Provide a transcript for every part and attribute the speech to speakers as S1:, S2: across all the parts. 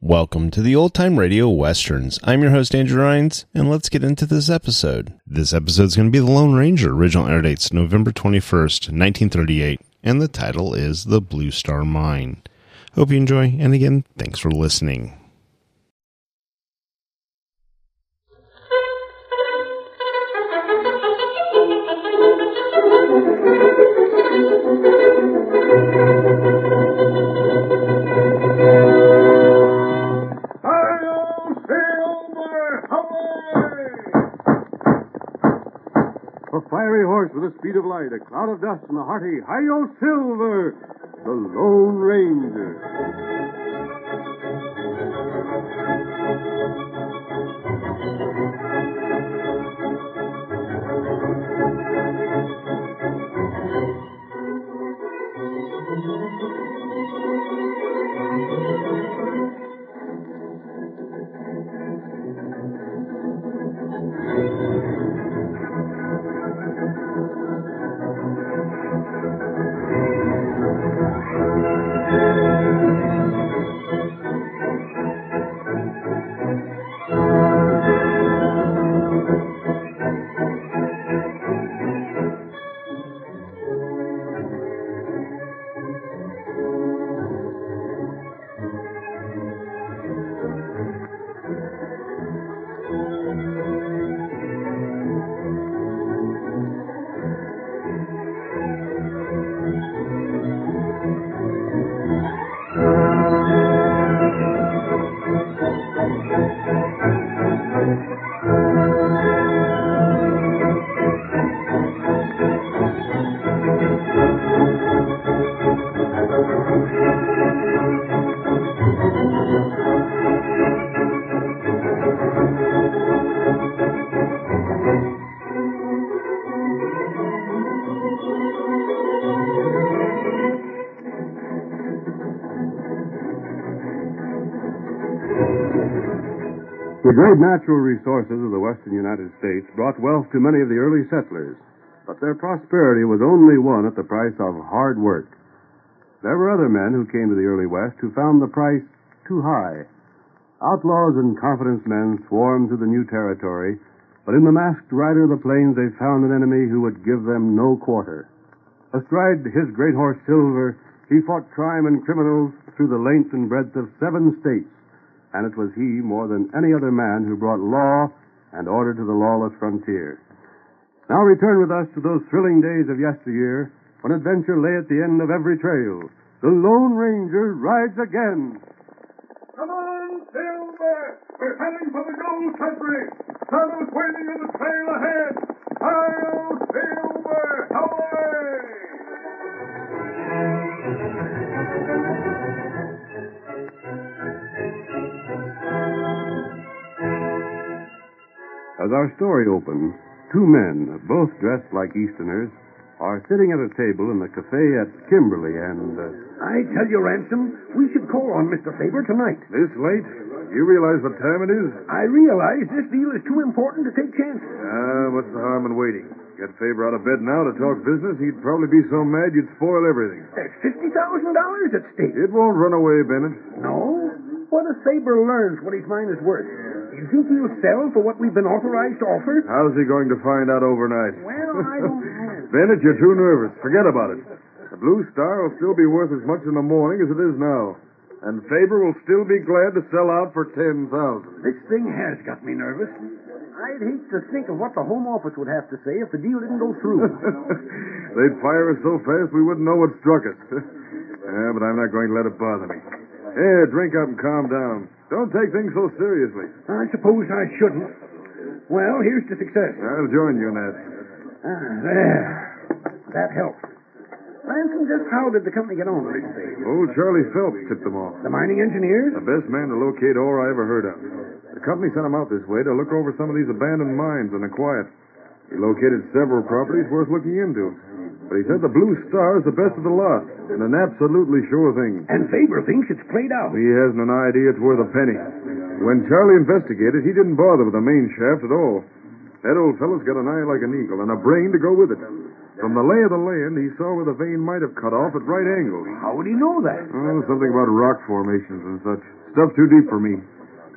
S1: Welcome to the Old Time Radio Westerns. I'm your host, Andrew Rhines, and let's get into this episode. This episode's going to be The Lone Ranger. Original air dates November 21st, 1938, and the title is The Blue Star Mine. Hope you enjoy, and again, thanks for listening.
S2: Hail Silver! Hooray! A fiery horse with the speed of light, a cloud of dust, and a hearty Hail Silver! The Lone Ranger. The great natural resources of the western United States brought wealth to many of the early settlers, but their prosperity was only won at the price of hard work. There were other men who came to the early West who found the price too high. Outlaws and confidence men swarmed to the new territory, but in the masked rider of the plains they found an enemy who would give them no quarter. Astride his great horse Silver, he fought crime and criminals through the length and breadth of seven states and it was he more than any other man who brought law and order to the lawless frontier. Now return with us to those thrilling days of yesteryear when adventure lay at the end of every trail. The Lone Ranger rides again. Come on, Silver! We're heading for the gold country! Saddle's waiting on the trail ahead! Hail, Silver! Away! As our story opens, two men, both dressed like Easterners, are sitting at a table in the cafe at Kimberly and. Uh,
S3: I tell you, Ransom, we should call on Mr. Faber tonight.
S2: this late? You realize what time it is?
S3: I realize this deal is too important to take chances.
S2: Ah, what's the harm in waiting? Get Faber out of bed now to talk business. He'd probably be so mad you'd spoil everything.
S3: There's $50,000 at stake.
S2: It won't run away, Bennett.
S3: No? What if Faber learns what his mine is worth? You think he'll sell for what we've been authorized to offer?
S2: How's he going to find out overnight?
S3: Well, I don't know.
S2: Bennett, you're too nervous. Forget about it. The Blue Star will still be worth as much in the morning as it is now. And Faber will still be glad to sell out for 10000
S3: This thing has got me nervous. I'd hate to think of what the Home Office would have to say if the deal didn't go through.
S2: They'd fire us so fast we wouldn't know what struck us. yeah, but I'm not going to let it bother me. Here, drink up and calm down. Don't take things so seriously.
S3: I suppose I shouldn't. Well, here's to success.
S2: I'll join you in that.
S3: Ah, there. That helps. Ransom, just how did the company get on with this thing?
S2: Old Charlie Phelps tipped them off.
S3: The mining engineers?
S2: The best man to locate ore I ever heard of. The company sent him out this way to look over some of these abandoned mines in the quiet. He located several properties worth looking into. But he said the Blue Star is the best of the lot, and an absolutely sure thing.
S3: And Faber thinks it's played out.
S2: He hasn't an idea it's worth a penny. When Charlie investigated, he didn't bother with the main shaft at all. That old fellow's got an eye like an eagle and a brain to go with it. From the lay of the land, he saw where the vein might have cut off at right angles.
S3: How would he know that?
S2: Oh, something about rock formations and such.
S4: Stuff too deep for me.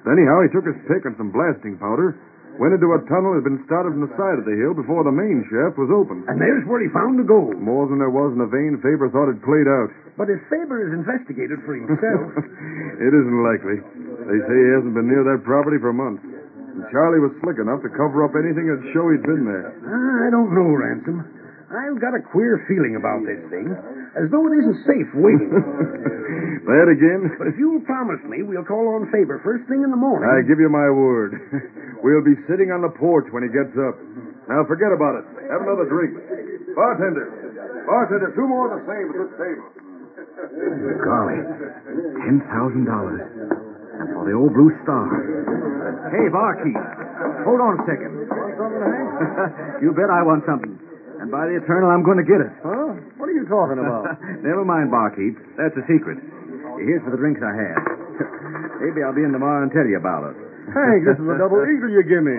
S4: Anyhow, he took his pick and some blasting powder, went into a tunnel that had been started from the side of the hill before the main shaft was opened.
S3: And there's where he found the gold.
S4: More than there was in the vein Faber thought had played out.
S3: But if Faber is investigated for himself.
S4: it isn't likely. They say he hasn't been near that property for months. And Charlie was slick enough to cover up anything that'd show he'd been there.
S3: I don't know, Ransom. I've got a queer feeling about this thing, as though it isn't safe waiting.
S4: That again?
S3: but if you'll promise me we'll call on Faber first thing in the morning.
S4: I give you my word. We'll be sitting on the porch when he gets up. Now forget about it. Have another drink. Bartender. Bartender, two more of the same at this table.
S5: Golly, ten thousand dollars. And for the old blue star. Hey, barkeep. Hold on a second. you bet I want something. And by the eternal, I'm going to get it.
S3: Huh? What are you talking about?
S5: Never mind, barkeep. That's a secret. Here's for the drinks I had. Maybe I'll be in tomorrow and tell you about it.
S4: Hank, this is a double eagle you give me.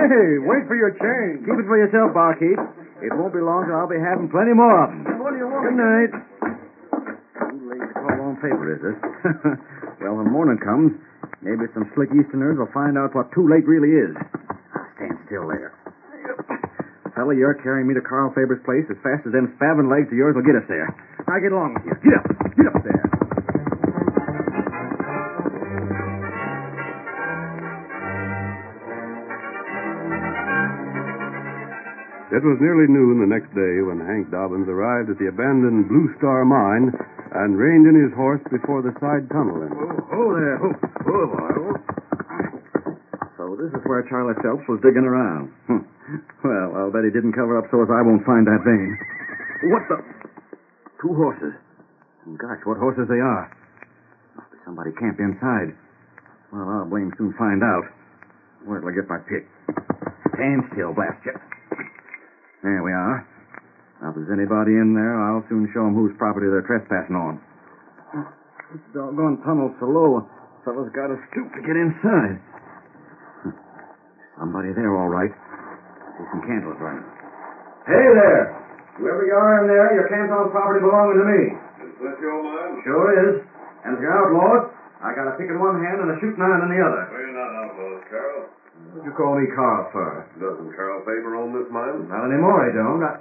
S4: Hey, wait for your change.
S5: Keep it for yourself, barkeep. It won't be long till I'll be having plenty more of them.
S3: what do you
S5: Good night. Too late to call on favor, is it? well, when morning comes, maybe some slick Easterners will find out what too late really is. Now, stand still there. Fella, you're carrying me to Carl Faber's place as fast as them spavin legs of yours will get us there. Now get along with you. Get up. Get up there.
S4: It was nearly noon the next day when Hank Dobbins arrived at the abandoned Blue Star mine and reined in his horse before the side tunnel entrance.
S5: Oh, there. Oh, oh, boy. Oh. So this is where Charlie Phelps was digging around. Hmm. Well, I'll bet he didn't cover up so as I won't find that vein. What the? Two horses. Hmm, Gosh, what horses they are. Must be somebody camped inside. Well, I'll blame soon find out. Where will I get my pick? Stand still, blast you. There we are. Now, if there's anybody in there, I'll soon show 'em whose property they're trespassing on. This doggone tunnel's so low, a fella's got to stoop to get inside. Hmm. Somebody there, all right. There's some candles burning. Hey there! Whoever you are in there, your camped on property belonging to me.
S4: Is that your mine?
S5: Sure is. And if you're outlawed, I got a pick in one hand and a shooting iron in the other.
S4: Well, you're not outlaws, Carl.
S5: What'd you call me Carl for?
S4: Doesn't Carl Faber own this mine?
S5: Not anymore, I don't. I,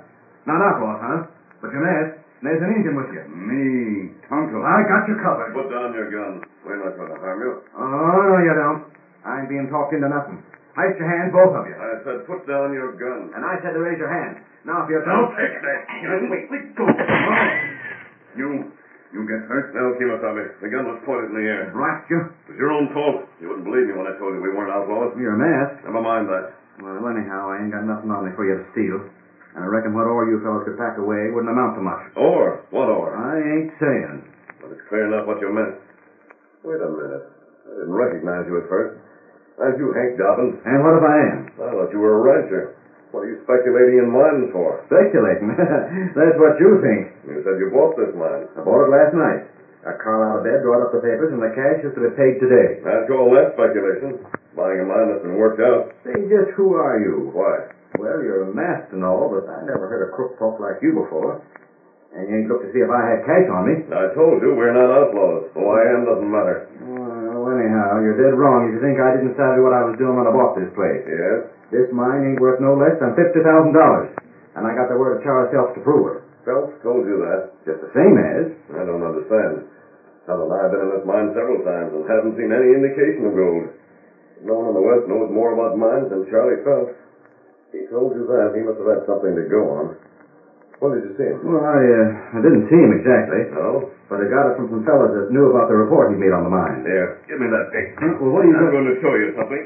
S5: not outlaws, huh? But you're mad. And there's an Indian with you.
S4: Me, Tonto.
S5: I got you covered.
S4: Put down your gun. We're not going to harm you.
S5: Oh, no, you don't. I ain't being talked into nothing. Raise your hand, both of you.
S4: I said put down your gun.
S5: And I said to raise your hand. Now, if you
S4: Don't take that gun.
S5: Wait, wait, go.
S4: You, you get hurt? No, Kimasabe. The gun was pointed in the air.
S5: Blast you.
S4: It was your own fault. You wouldn't believe me when I told you we weren't outlaws.
S5: You're mad.
S4: Never mind that.
S5: Well, anyhow, I ain't got nothing on me for you to steal. And I reckon what all you fellows could pack away wouldn't amount to much.
S4: Or, what or?
S5: I ain't saying.
S4: But it's clear enough what you meant. Wait a minute. I didn't recognize you at first. That's you, Hank Dobbins.
S5: And what if I am?
S4: I thought you were a rancher. What are you speculating in mines for?
S5: Speculating. That's what you think.
S4: You said you bought this mine.
S5: I bought it last night. I called out of bed, brought up the papers, and the cash is to be paid today.
S4: I'd call that speculation. Buying a mine that's been worked out.
S5: Say, just who are you?
S4: Why?
S5: Well, you're a masked and all, but I never heard a crook talk like you before. And you ain't looked to see if I had cash on me. Oh,
S4: I told you we're not outlaws. Who I am doesn't matter.
S5: Well, anyhow, you're dead wrong if you think I didn't savvy what I was doing when I bought this place.
S4: Yes?
S5: This mine ain't worth no less than fifty thousand dollars, and I got the word of Charles Phelps to prove it.
S4: Phelps told you that.
S5: Just the same as.
S4: I don't understand. Helen, I've been in this mine several times and haven't seen any indication of gold. No one in the West knows more about mines than Charlie Phelps. He told you that. He must have had something to go on. When did you see him?
S5: Well, I uh, I didn't see him exactly,
S4: No?
S5: but I got it from some fellas that knew about the report he made on the mine.
S4: Here, give me that thing.
S5: Huh? Well, what are you
S4: I'm
S5: doing?
S4: going to show you something.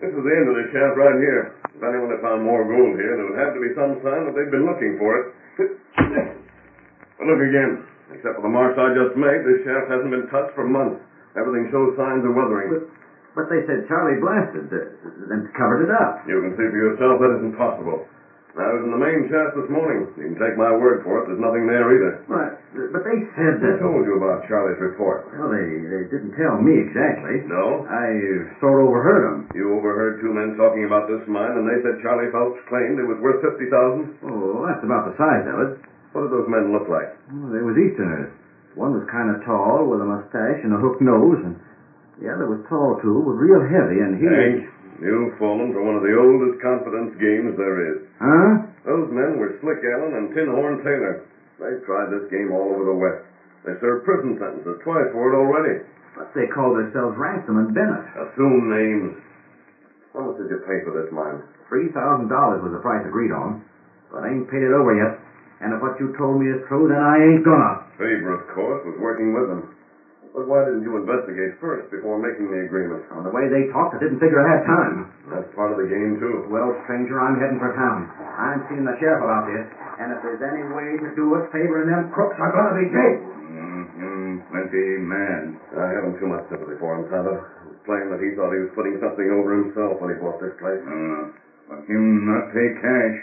S4: This is the end of the shaft right here. If anyone had found more gold here, there would have to be some sign that they'd been looking for it. But look again. Except for the marks I just made, this shaft hasn't been touched for months. Everything shows signs of weathering.
S5: But they said Charlie blasted uh, and covered it up.
S4: You can see for yourself that isn't possible. I was in the main shaft this morning. You can take my word for it. There's nothing there either.
S5: But but they said
S4: I
S5: that.
S4: told you about Charlie's report.
S5: Well, they they didn't tell me exactly.
S4: No?
S5: I uh, sort of overheard them.
S4: You overheard two men talking about this mine, and they said Charlie Phelps claimed it was worth 50000
S5: Oh, that's about the size of it.
S4: What did those men look like?
S5: Well, they was Easterners. One was kind of tall, with a mustache and a hook nose, and the other was tall, too, but real heavy, and he...
S4: Hank, you've fallen for one of the oldest confidence games there is.
S5: Huh?
S4: Those men were Slick Allen and Tin Horn Taylor. They've tried this game all over the West. They served prison sentences twice for it already.
S5: But they call themselves Ransom and Bennett.
S4: Assume names. How much did you pay for this mine?
S5: Three thousand dollars was the price agreed on. But I ain't paid it over yet. And if what you told me is true, then I ain't gonna.
S4: Faber, of course, was working with them. But why didn't you investigate first before making the agreement?
S5: On the way they talked, I didn't figure I had time.
S4: That's part of the game, too.
S5: Well, stranger, I'm heading for town. I'm seeing the sheriff about this. And if there's any way to do us favoring them crooks, I'm gonna be jailed.
S4: Mm-hmm. Plenty mad. I haven't too much sympathy for him, Tonto. It's plain that he thought he was putting something over himself when he bought this place.
S6: Uh, But him not pay cash,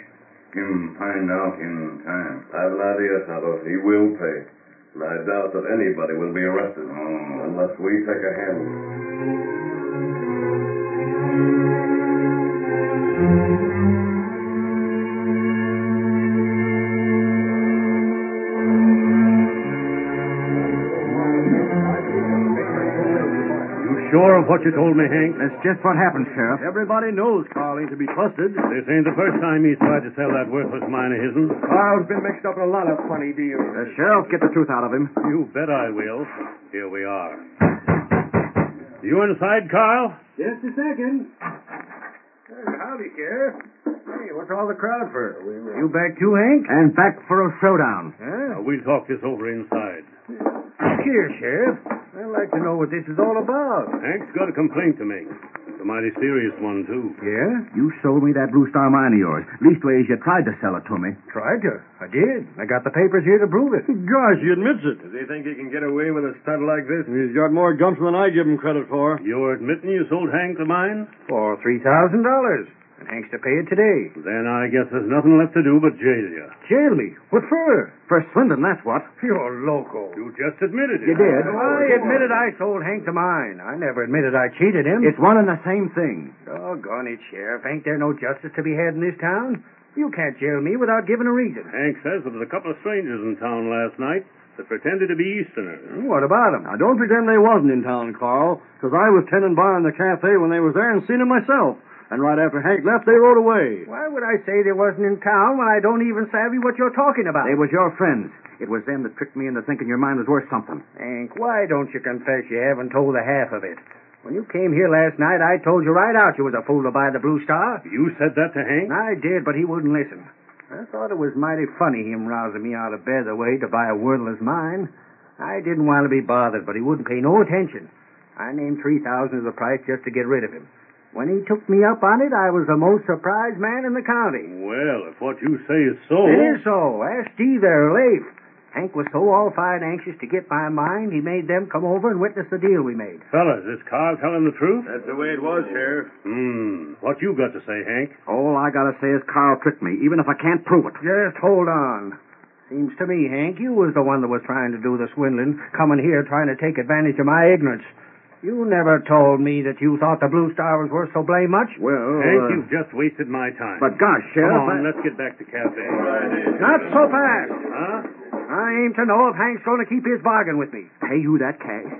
S6: him find out in time.
S4: I have an idea, Tonto. He will pay. And I doubt that anybody will be arrested
S6: Oh.
S4: unless we take a hand.
S7: You sure of what you told me, Hank?
S5: That's just what happened, Sheriff.
S7: Everybody knows Carl ain't to be trusted. This ain't the first time he's tried to sell that worthless mine of his'n.
S8: Carl's been mixed up in a lot of funny deals.
S5: The sheriff get the truth out of him.
S7: You bet I will. Here we are. You inside, Carl?
S8: Just a second. Howdy, Sheriff. Hey, what's all the crowd for? We were...
S5: You back too, Hank? And back for a showdown.
S7: Now, Uh, we'll talk this over inside.
S8: Here, Sheriff. I'd like to know what this is all about.
S7: Hank's got a complaint to make. It's a mighty serious one, too.
S8: Yeah?
S5: You sold me that Blue Star mine of yours. Leastways, you tried to sell it to me.
S8: Tried to. I did. I got the papers here to prove it.
S7: Gosh, he admits it.
S4: Does he think he can get away with a stunt like this?
S7: He's got more gumption than I give him credit for. You're admitting you sold Hank the mine?
S8: For $3,000. And Hank's to pay it today.
S7: Then I guess there's nothing left to do but jail you.
S8: Jail me? What for?
S5: For swindling, that's what.
S8: You're loco.
S7: You just admitted
S5: You
S7: it.
S5: did.
S8: I admitted I sold Hank to mine. I never admitted I cheated him.
S5: It's one and the same thing.
S8: Doggone it, Sheriff. Ain't there no justice to be had in this town? You can't jail me without giving a reason.
S7: Hank says there was a couple of strangers in town last night that pretended to be Easterners.
S8: What about him?
S9: Now, don't pretend they wasn't in town, Carl, because I was tending bar in the cafe when they was there and seen 'em myself. And right after Hank left, they rode away.
S8: Why would I say they wasn't in town when I don't even savvy what you're talking about?
S5: They was your friends. It was them that tricked me into thinking your mind was worth something.
S8: Hank, why don't you confess you haven't told the half of it? When you came here last night, I told you right out you was a fool to buy the Blue Star.
S7: You said that to Hank?
S8: And I did, but he wouldn't listen. I thought it was mighty funny him rousing me out of bed the way to buy a worthless mine. I didn't want to be bothered, but he wouldn't pay no attention. I named three thousand as the price just to get rid of him. When he took me up on it, I was the most surprised man in the county.
S7: Well, if what you say is so.
S8: It is so. Ask Steve there, Leif. Hank was so all fired anxious to get my mind, he made them come over and witness the deal we made.
S7: Fellas, is Carl telling the truth?
S4: That's the way it was, Sheriff.
S7: Hmm. What you got to say, Hank?
S5: All I gotta say is Carl tricked me, even if I can't prove it.
S8: Just hold on. Seems to me, Hank, you was the one that was trying to do the swindling, coming here trying to take advantage of my ignorance. You never told me that you thought the Blue Star was worth so blame much.
S5: Well,
S7: Hank,
S5: uh,
S7: you've just wasted my time.
S5: but gosh,
S7: Come
S5: Sheriff,
S7: on,
S5: I-
S7: let's get back to cafe.
S8: Not so fast.
S7: Huh?
S8: I aim to know if Hank's going to keep his bargain with me.
S5: pay you that cash.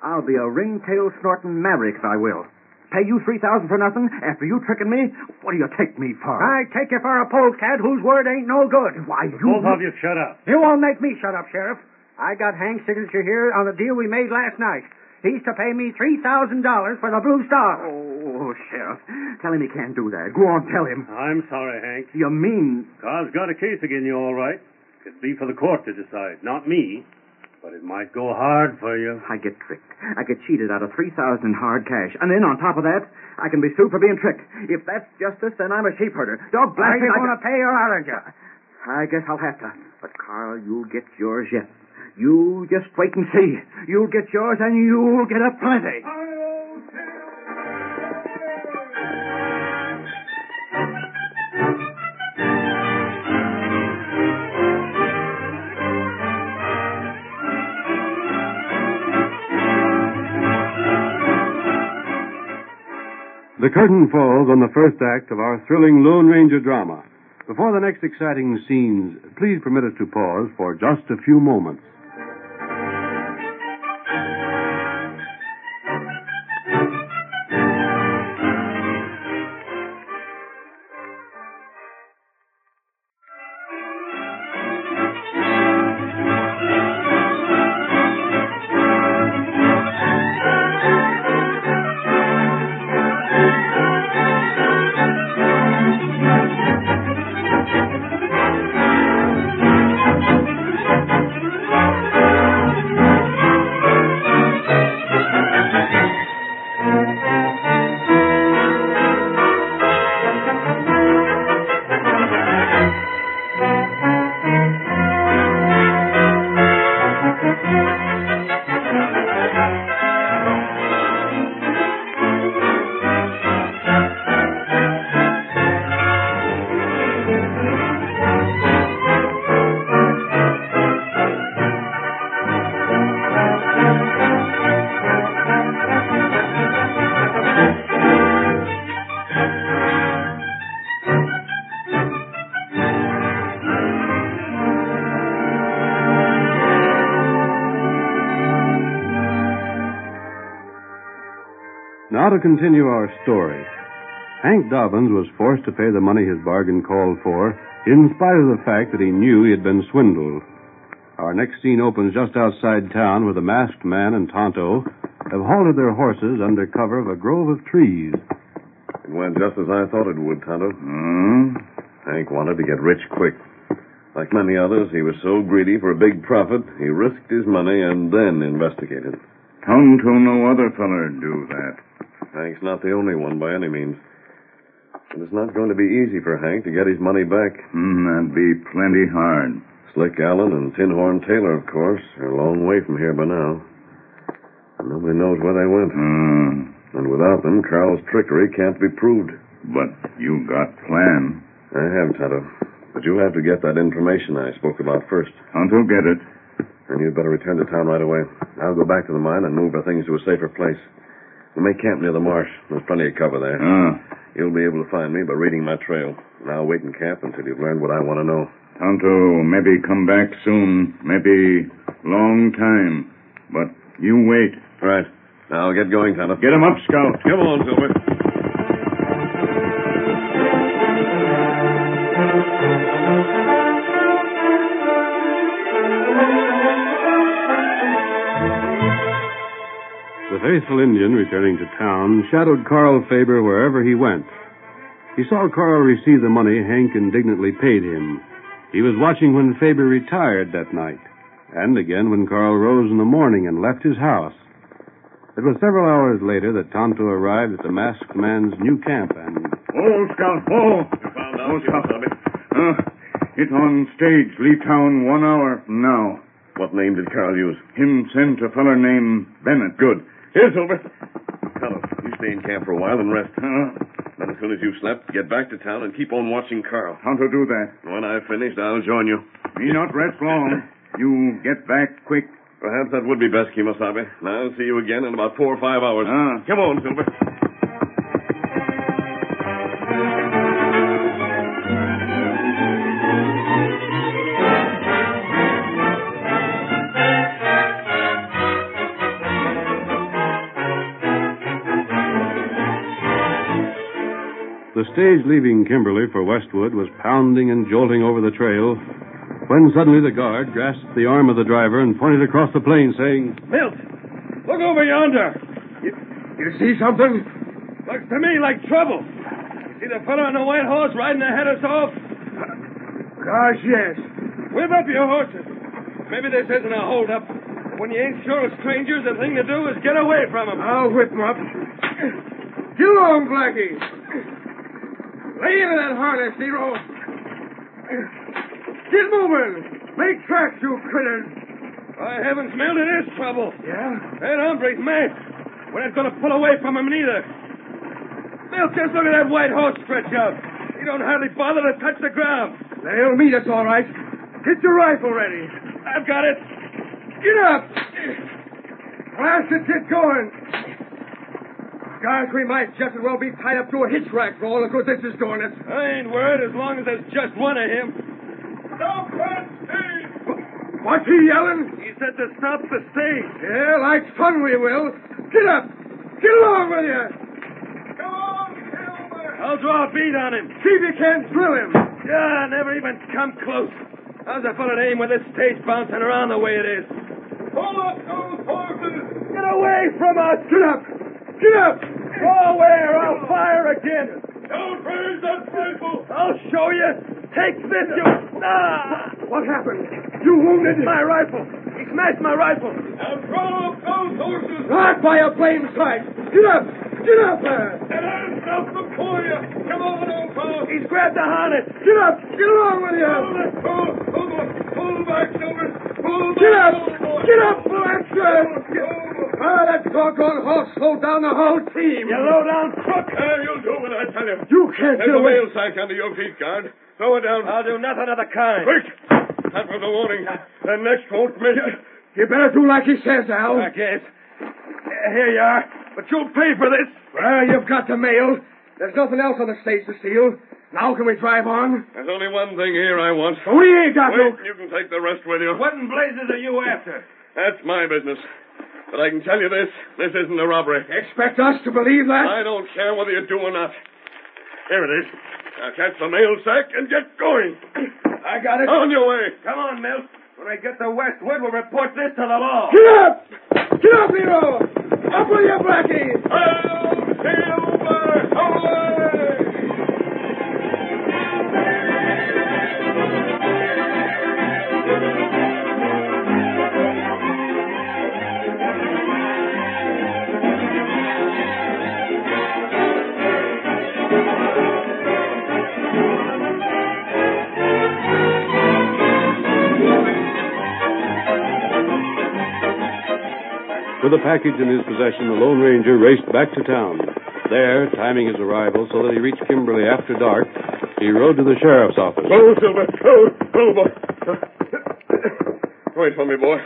S5: I'll be a ringtail snorting maverick if I will. Pay you three thousand for nothing after you tricking me. What do you take me for?
S8: I take you for a polecat whose word ain't no good. Why,
S7: Both of you shut up.
S8: You won't make me shut up, Sheriff. I got Hank's signature here on the deal we made last night. He's to pay me $3,000 for the Blue Star.
S5: Oh, Sheriff, tell him he can't do that. Go on, tell him.
S7: I'm sorry, Hank.
S5: You mean
S7: Carl's got a case again you, all right. It'd be for the court to decide, not me. But it might go hard for you.
S5: I get tricked? I get cheated out of three thousand in hard cash, and then on top of that, I can be sued for being tricked. If that's justice, then I'm a sheep herder.
S8: I
S5: Dog blast me!
S8: ain't
S5: I,
S8: going to pay your you?
S5: I guess I'll have to. But Carl, you'll get yours yet. You just wait and see. You'll get yours, and you'll get a plenty.
S2: The curtain falls on the first act of our thrilling Lone Ranger drama. Before the next exciting scenes, please permit us to pause for just a few moments. We'll continue our story. Hank Dobbins was forced to pay the money his bargain called for, in spite of the fact that he knew he had been swindled. Our next scene opens just outside town where the masked man and Tonto have halted their horses under cover of a grove of trees.
S4: It went just as I thought it would, Tonto.
S6: Mm-hmm.
S4: Hmm? Hank wanted to get rich quick. Like many others, he was so greedy for a big profit, he risked his money and then investigated.
S10: Tonto, no other feller do that.
S4: Hank's not the only one by any means. And it's not going to be easy for Hank to get his money back.
S10: Hmm, that'd be plenty hard.
S4: Slick Allen and Tin Horn Taylor, of course, are a long way from here by now. And nobody knows where they went.
S10: Hmm.
S4: And without them, Carl's trickery can't be proved.
S10: But you got plan.
S4: I have, Tonto. But you'll have to get that information I spoke about first.
S10: Tonto get it.
S4: And you'd better return to town right away. I'll go back to the mine and move our things to a safer place. We make camp near the marsh. There's plenty of cover there.
S10: Ah,
S4: You'll be able to find me by reading my trail. And I'll wait in camp until you've learned what I want to know.
S10: Tonto maybe come back soon. Maybe long time. But you wait.
S4: All right. Now get going, Tonto.
S10: Get him up, Scout.
S4: Come on, Silver.
S2: The faithful Indian returning to town shadowed Carl Faber wherever he went. He saw Carl receive the money Hank indignantly paid him. He was watching when Faber retired that night, and again when Carl rose in the morning and left his house. It was several hours later that Tonto arrived at the masked man's new camp, and
S10: Hold, Scout. Hold.
S4: found out,
S10: Hold,
S4: you
S10: Scout.
S4: dummy.
S10: Uh, it's on stage. Leave town one hour from now.
S4: What name did Carl use?
S10: Him sent a feller named Bennett. Good.
S4: Here, Silver. Tonto, you stay in camp for a while and rest.
S2: Uh-huh.
S10: Uh,
S4: Then as soon as you've slept, get back to town and keep on watching Carl.
S10: Tonto do that.
S4: When I've finished, I'll join you.
S10: Me not rest long. You get back quick.
S4: Perhaps that would be best, Kimosabe. And I'll see you again in about four or five hours.
S10: Ah.
S4: Come on, Silver.
S2: The stage leaving Kimberly for Westwood was pounding and jolting over the trail when suddenly the guard grasped the arm of the driver and pointed across the plain, saying,
S11: Milt, look over yonder.
S2: You see something?
S11: Looks to me like trouble. You see the fellow on the white horse riding ahead of us off?
S2: Gosh, yes.
S11: Whip up your horses. Maybe this isn't a holdup. When you ain't sure of strangers, the thing to do is get away from them.
S2: I'll whip him up. Get along, Blackie. Lay into that harness, Nero. Get moving. Make tracks, you critters.
S11: By heavens, Milt, it is trouble.
S2: Yeah?
S11: That hombre's mad. We're not going to pull away from him neither. Milt, just look at that white horse stretched out. He don't hardly bother to touch the ground.
S2: They'll meet us, all right. Get your rifle ready.
S11: I've got it.
S2: Get up! Blast it, get going! Gosh, we might just as well be tied up to a hitch rack for all the good this is doing us.
S11: I ain't worried as long as there's just one of him. Stop that stage!
S2: What's he yelling?
S11: He said to stop the stage.
S2: Yeah, like fun we will. Get up! Get along with you!
S11: Come on, Silver! I'll draw a bead on him.
S2: See if you can't drill him.
S11: Yeah, never even come close. How's a fella to aim with this stage bouncing around the way it is? Pull up those horses! Get away from us! Get up! Get up! Go away or I'll fire again! Don't raise that rifle! I'll show you! Take this, you... Ah! What happened? You wounded my rifle! He smashed my rifle! Now throw up those horses!
S2: Not by a blame sight! Get up! Get up there!
S11: And I'll stop them for you. Come over, old pal. He's grabbed the harness.
S2: Get up! Get along with you!
S11: Pull it, pull, pull, pull back, Silver. Pull back.
S2: Get up!
S11: old boy.
S2: Get up, Blaster! Ah, that doggone horse slowed down the whole team!
S11: You low down crook. you'll do what I tell you.
S2: You can't
S11: There's
S2: do
S11: a
S2: it!
S11: whale sack under your feet, guard. Throw it down. I'll do nothing of the kind. Quick! That was a warning. The next won't miss it.
S2: You better do like he says, Al.
S11: I guess. Uh, Here you are. But you'll pay for this.
S2: Well, you've got the mail. There's nothing else on the stage to steal. Now can we drive on?
S4: There's only one thing here I want.
S2: We ain't got
S4: Wait, you can take the rest with you.
S11: What in blazes are you after?
S4: That's my business.
S10: But I can tell you this this isn't a robbery.
S11: Expect us to believe that?
S10: I don't care whether you do or not. Here it is. Now catch the mail sack and get going.
S11: I got it.
S10: On your way.
S11: Come on, Milt. When I get to Westwood, we'll report this to the law.
S10: Get
S11: up! Get up, Nero! Up with you, Blackie!
S2: With the package in his possession, the Lone Ranger raced back to town. There, timing his arrival so that he reached Kimberly after dark, he rode to the sheriff's office.
S10: Go, Silver. Go, go, boy. Wait for me, boy.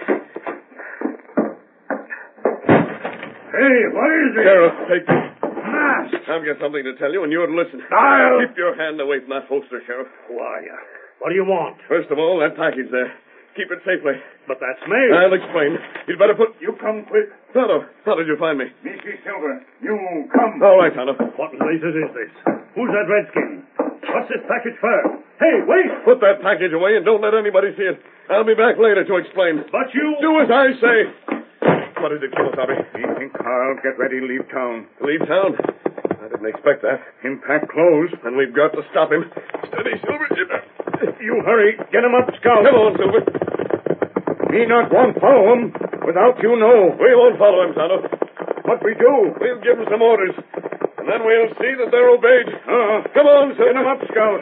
S11: Hey, what is it?
S10: Sheriff, take this.
S11: Mask!
S10: I've got something to tell you, and you ought to listen.
S11: I'll-
S10: Keep your hand away from that holster, Sheriff.
S11: Who are you? What do you want?
S10: First of all, that package there. Keep it safely.
S11: But that's mail.
S10: I'll explain. You'd better put.
S11: You come quick.
S10: Tonto, how did you find me?
S11: Mr. Silver, you come.
S10: All right, Tonto.
S11: What blazes is this? Who's that redskin? What's this package for? Hey, wait!
S10: Put that package away and don't let anybody see it. I'll be back later to explain.
S11: But you.
S10: Do as I say. What is it, Kimasabi?
S12: Evening, Carl. Get ready. Leave town.
S10: Leave town. I didn't expect that.
S12: Him pack clothes.
S10: And we've got to stop him. Steady, Silver.
S12: You hurry. Get him up, Scout.
S10: Come on, Silver.
S12: Me not want follow him without you know.
S10: We won't follow him, Tonto.
S12: What we do?
S10: We'll give him some orders. And then we'll see that they're obeyed.
S12: Uh,
S10: Come on, Silver.
S12: get him up, Scout.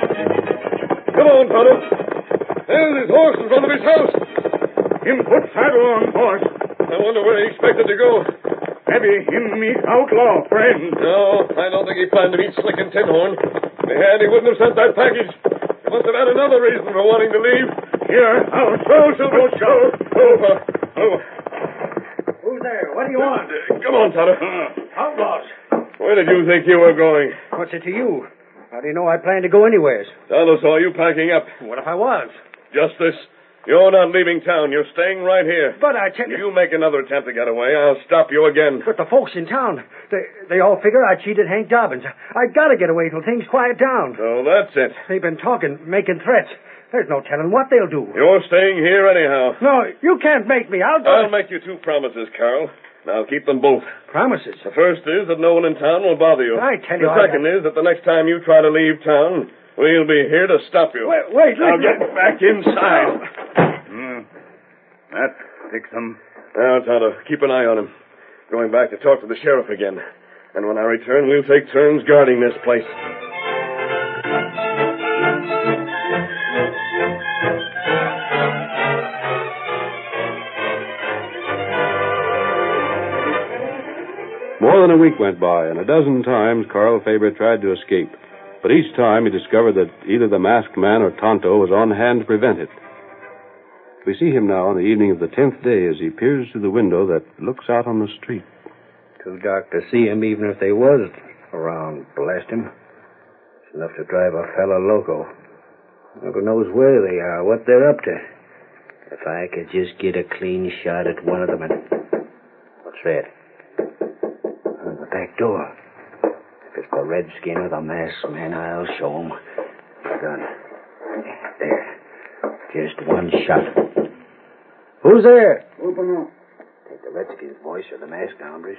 S10: Come on, Tonto. There's his horse in front of his house.
S12: Him put saddle on horse.
S10: I wonder where he expected to go.
S12: Maybe him meet outlaw friend.
S10: No, I don't think he planned to meet Slick and Tinhorn. If he had, he wouldn't have sent that package. He must have had another reason for wanting to leave.
S12: Here, out.
S10: Go, Silver. Go. Over. Over.
S8: Who's there? What do you want?
S10: Come on, Tonto.
S11: Uh,
S8: Outlaws.
S10: Where did you think you were going?
S8: What's it to you? How do you know I plan to go anywheres?
S10: Tonto saw you packing up.
S8: What if I was?
S10: Justice, you're not leaving town. You're staying right here.
S8: But I tell you.
S10: You make another attempt to get away, I'll stop you again.
S8: But the folks in town, they, they all figure I cheated Hank Dobbins. I gotta get away till things quiet down.
S10: So that's it.
S8: They've been talking, making threats. There's no telling what they'll do.
S10: You're staying here anyhow.
S8: No, you can't make me. I'll go.
S10: I'll make you two promises, Carl. Now keep them both.
S8: Promises.
S10: The first is that no one in town will bother you.
S8: I tell you,
S10: The
S8: I-
S10: second is that the next time you try to leave town, we'll be here to stop you.
S8: Wait, wait,
S10: now
S8: listen. Hmm.
S10: get back inside.
S12: That fix him.
S10: Now, Uh, Tonto, keep an eye on him. Going back to talk to the sheriff again. And when I return, we'll take turns guarding this place.
S2: More than a week went by, and a dozen times Carl Faber tried to escape. But each time he discovered that either the masked man or Tonto was on hand to prevent it. We see him now on the evening of the tenth day as he peers through the window that looks out on the street.
S8: Too dark to see him, even if they was around. Blast him. It's enough to drive a fellow loco. Who knows where they are, what they're up to. If I could just get a clean shot at one of them and. What's that? Oh, the back door. If it's the redskin or the masked man, I'll show him. Gun. There. Just one shot. Who's there?
S7: Open up.
S8: Take the Redskins' voice or the masked hombres.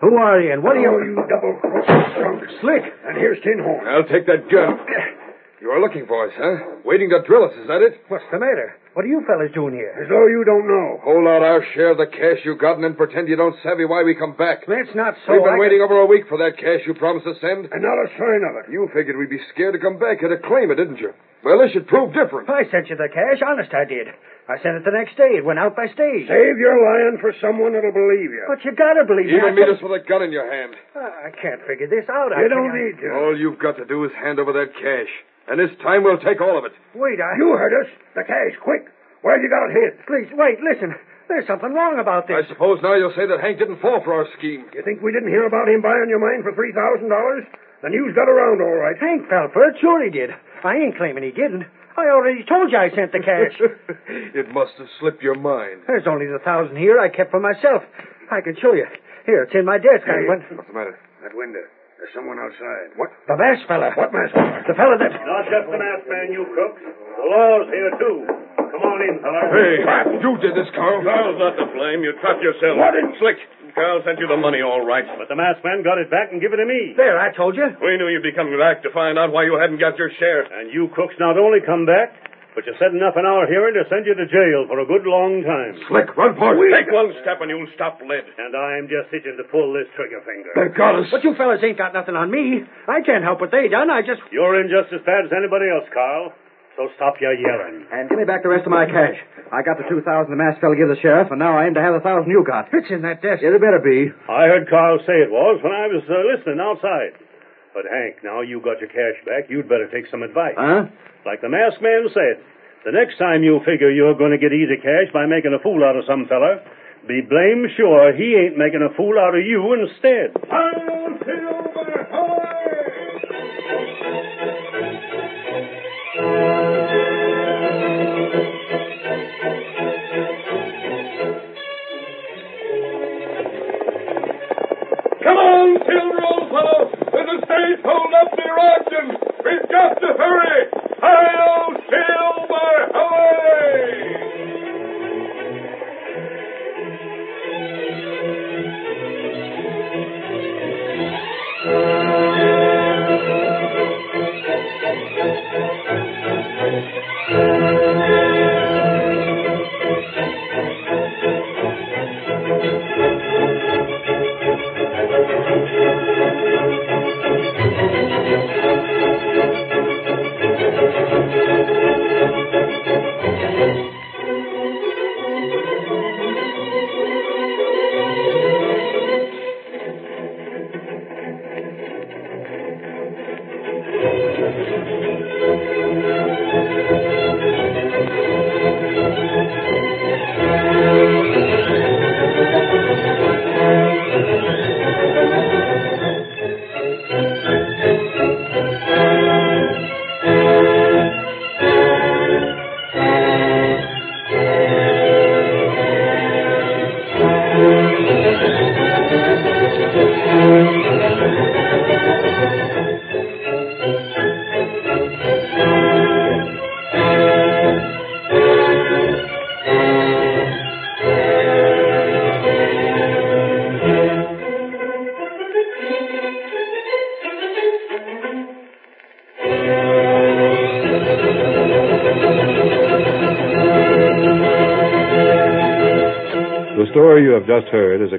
S8: Who are you and what are
S11: Oh,
S8: you?
S11: you double crossed drunk.
S8: Slick!
S11: And here's Tinhorn.
S2: I'll take that gun.
S13: You are looking for us, huh? Waiting to drill us, is that it?
S8: What's the matter? What are you fellas doing here?
S13: As though you don't know. Hold out our share of the cash you got and then pretend you don't savvy why we come back.
S8: That's not so.
S13: We've been
S8: I
S13: waiting
S8: can-
S13: over a week for that cash you promised to send.
S8: And not a sign of it.
S13: You figured we'd be scared to come back here to claim it, didn't you? Well, this should prove different.
S8: I sent you the cash. Honest, I did. I sent it the next day. It went out by stage.
S13: Save your
S8: lying for someone that'll believe you. But you gotta believe me. I
S13: Even meet
S8: said- Uh,
S13: us with a gun in your hand.
S8: I can't figure this out.
S13: You
S8: I think
S13: don't
S8: I-
S13: need to. All you've got to do is hand over that cash. And this time we'll take all of it.
S8: Wait, I.
S13: Uh, You heard us. The cash, quick. Where'd you got it hid?
S8: Please, wait, listen. There's something wrong about this.
S13: I suppose now you'll say that Hank didn't fall for our scheme.
S8: You think we didn't hear about him buying your mine for three thousand dollars? The news got around all right. Hank fell for it. Sure he did. I ain't claiming he didn't. I already told you I sent the cash.
S13: It must have slipped your mind.
S8: There's only the thousand here I kept for myself. I can show you. Here, it's in my desk. I went.
S13: What's the matter?
S8: That window. There's someone outside.
S13: What?
S8: The masked fella. What masked fella? The fella that.
S7: Not just the masked man, you crooks. The law's here, too. Come on in, fella.
S2: you did this, Carl.
S7: Carl's not to blame. You trapped yourself.
S2: What
S7: in slick? Carl sent you the money, all right. But the masked man got it back and give it to me.
S8: There, I told you.
S7: We knew you'd be coming back to find out why you hadn't got your share. And you crooks not only come back, but you said enough in our hearing to send you to jail for a good long time.
S13: Slick, run for it.
S7: Take one step and you'll stop lead. And I'm just itching to pull this trigger finger.
S13: They got us.
S8: But you fellas ain't got nothing on me. I can't help what they done. I just.
S7: You're in just as bad as anybody else, Carl. So stop your yelling.
S14: And give me back the rest of my cash. I got the two thousand the masked fella gave the sheriff, and now I aim to have the thousand you got.
S8: It's in that desk.
S14: It had better be.
S7: I heard Carl say it was when I was uh, listening outside. But Hank, now you got your cash back, you'd better take some advice.
S14: Huh?
S7: Like the masked man said, the next time you figure you're going to get easy cash by making a fool out of some feller, be blame sure he ain't making a fool out of you instead.
S10: Hmm.
S12: Come on, Silver, old fellow. There's a stage hold up near Ogden. We've got to hurry. Hi-yo, Silver, away!
S2: The story you have just heard is a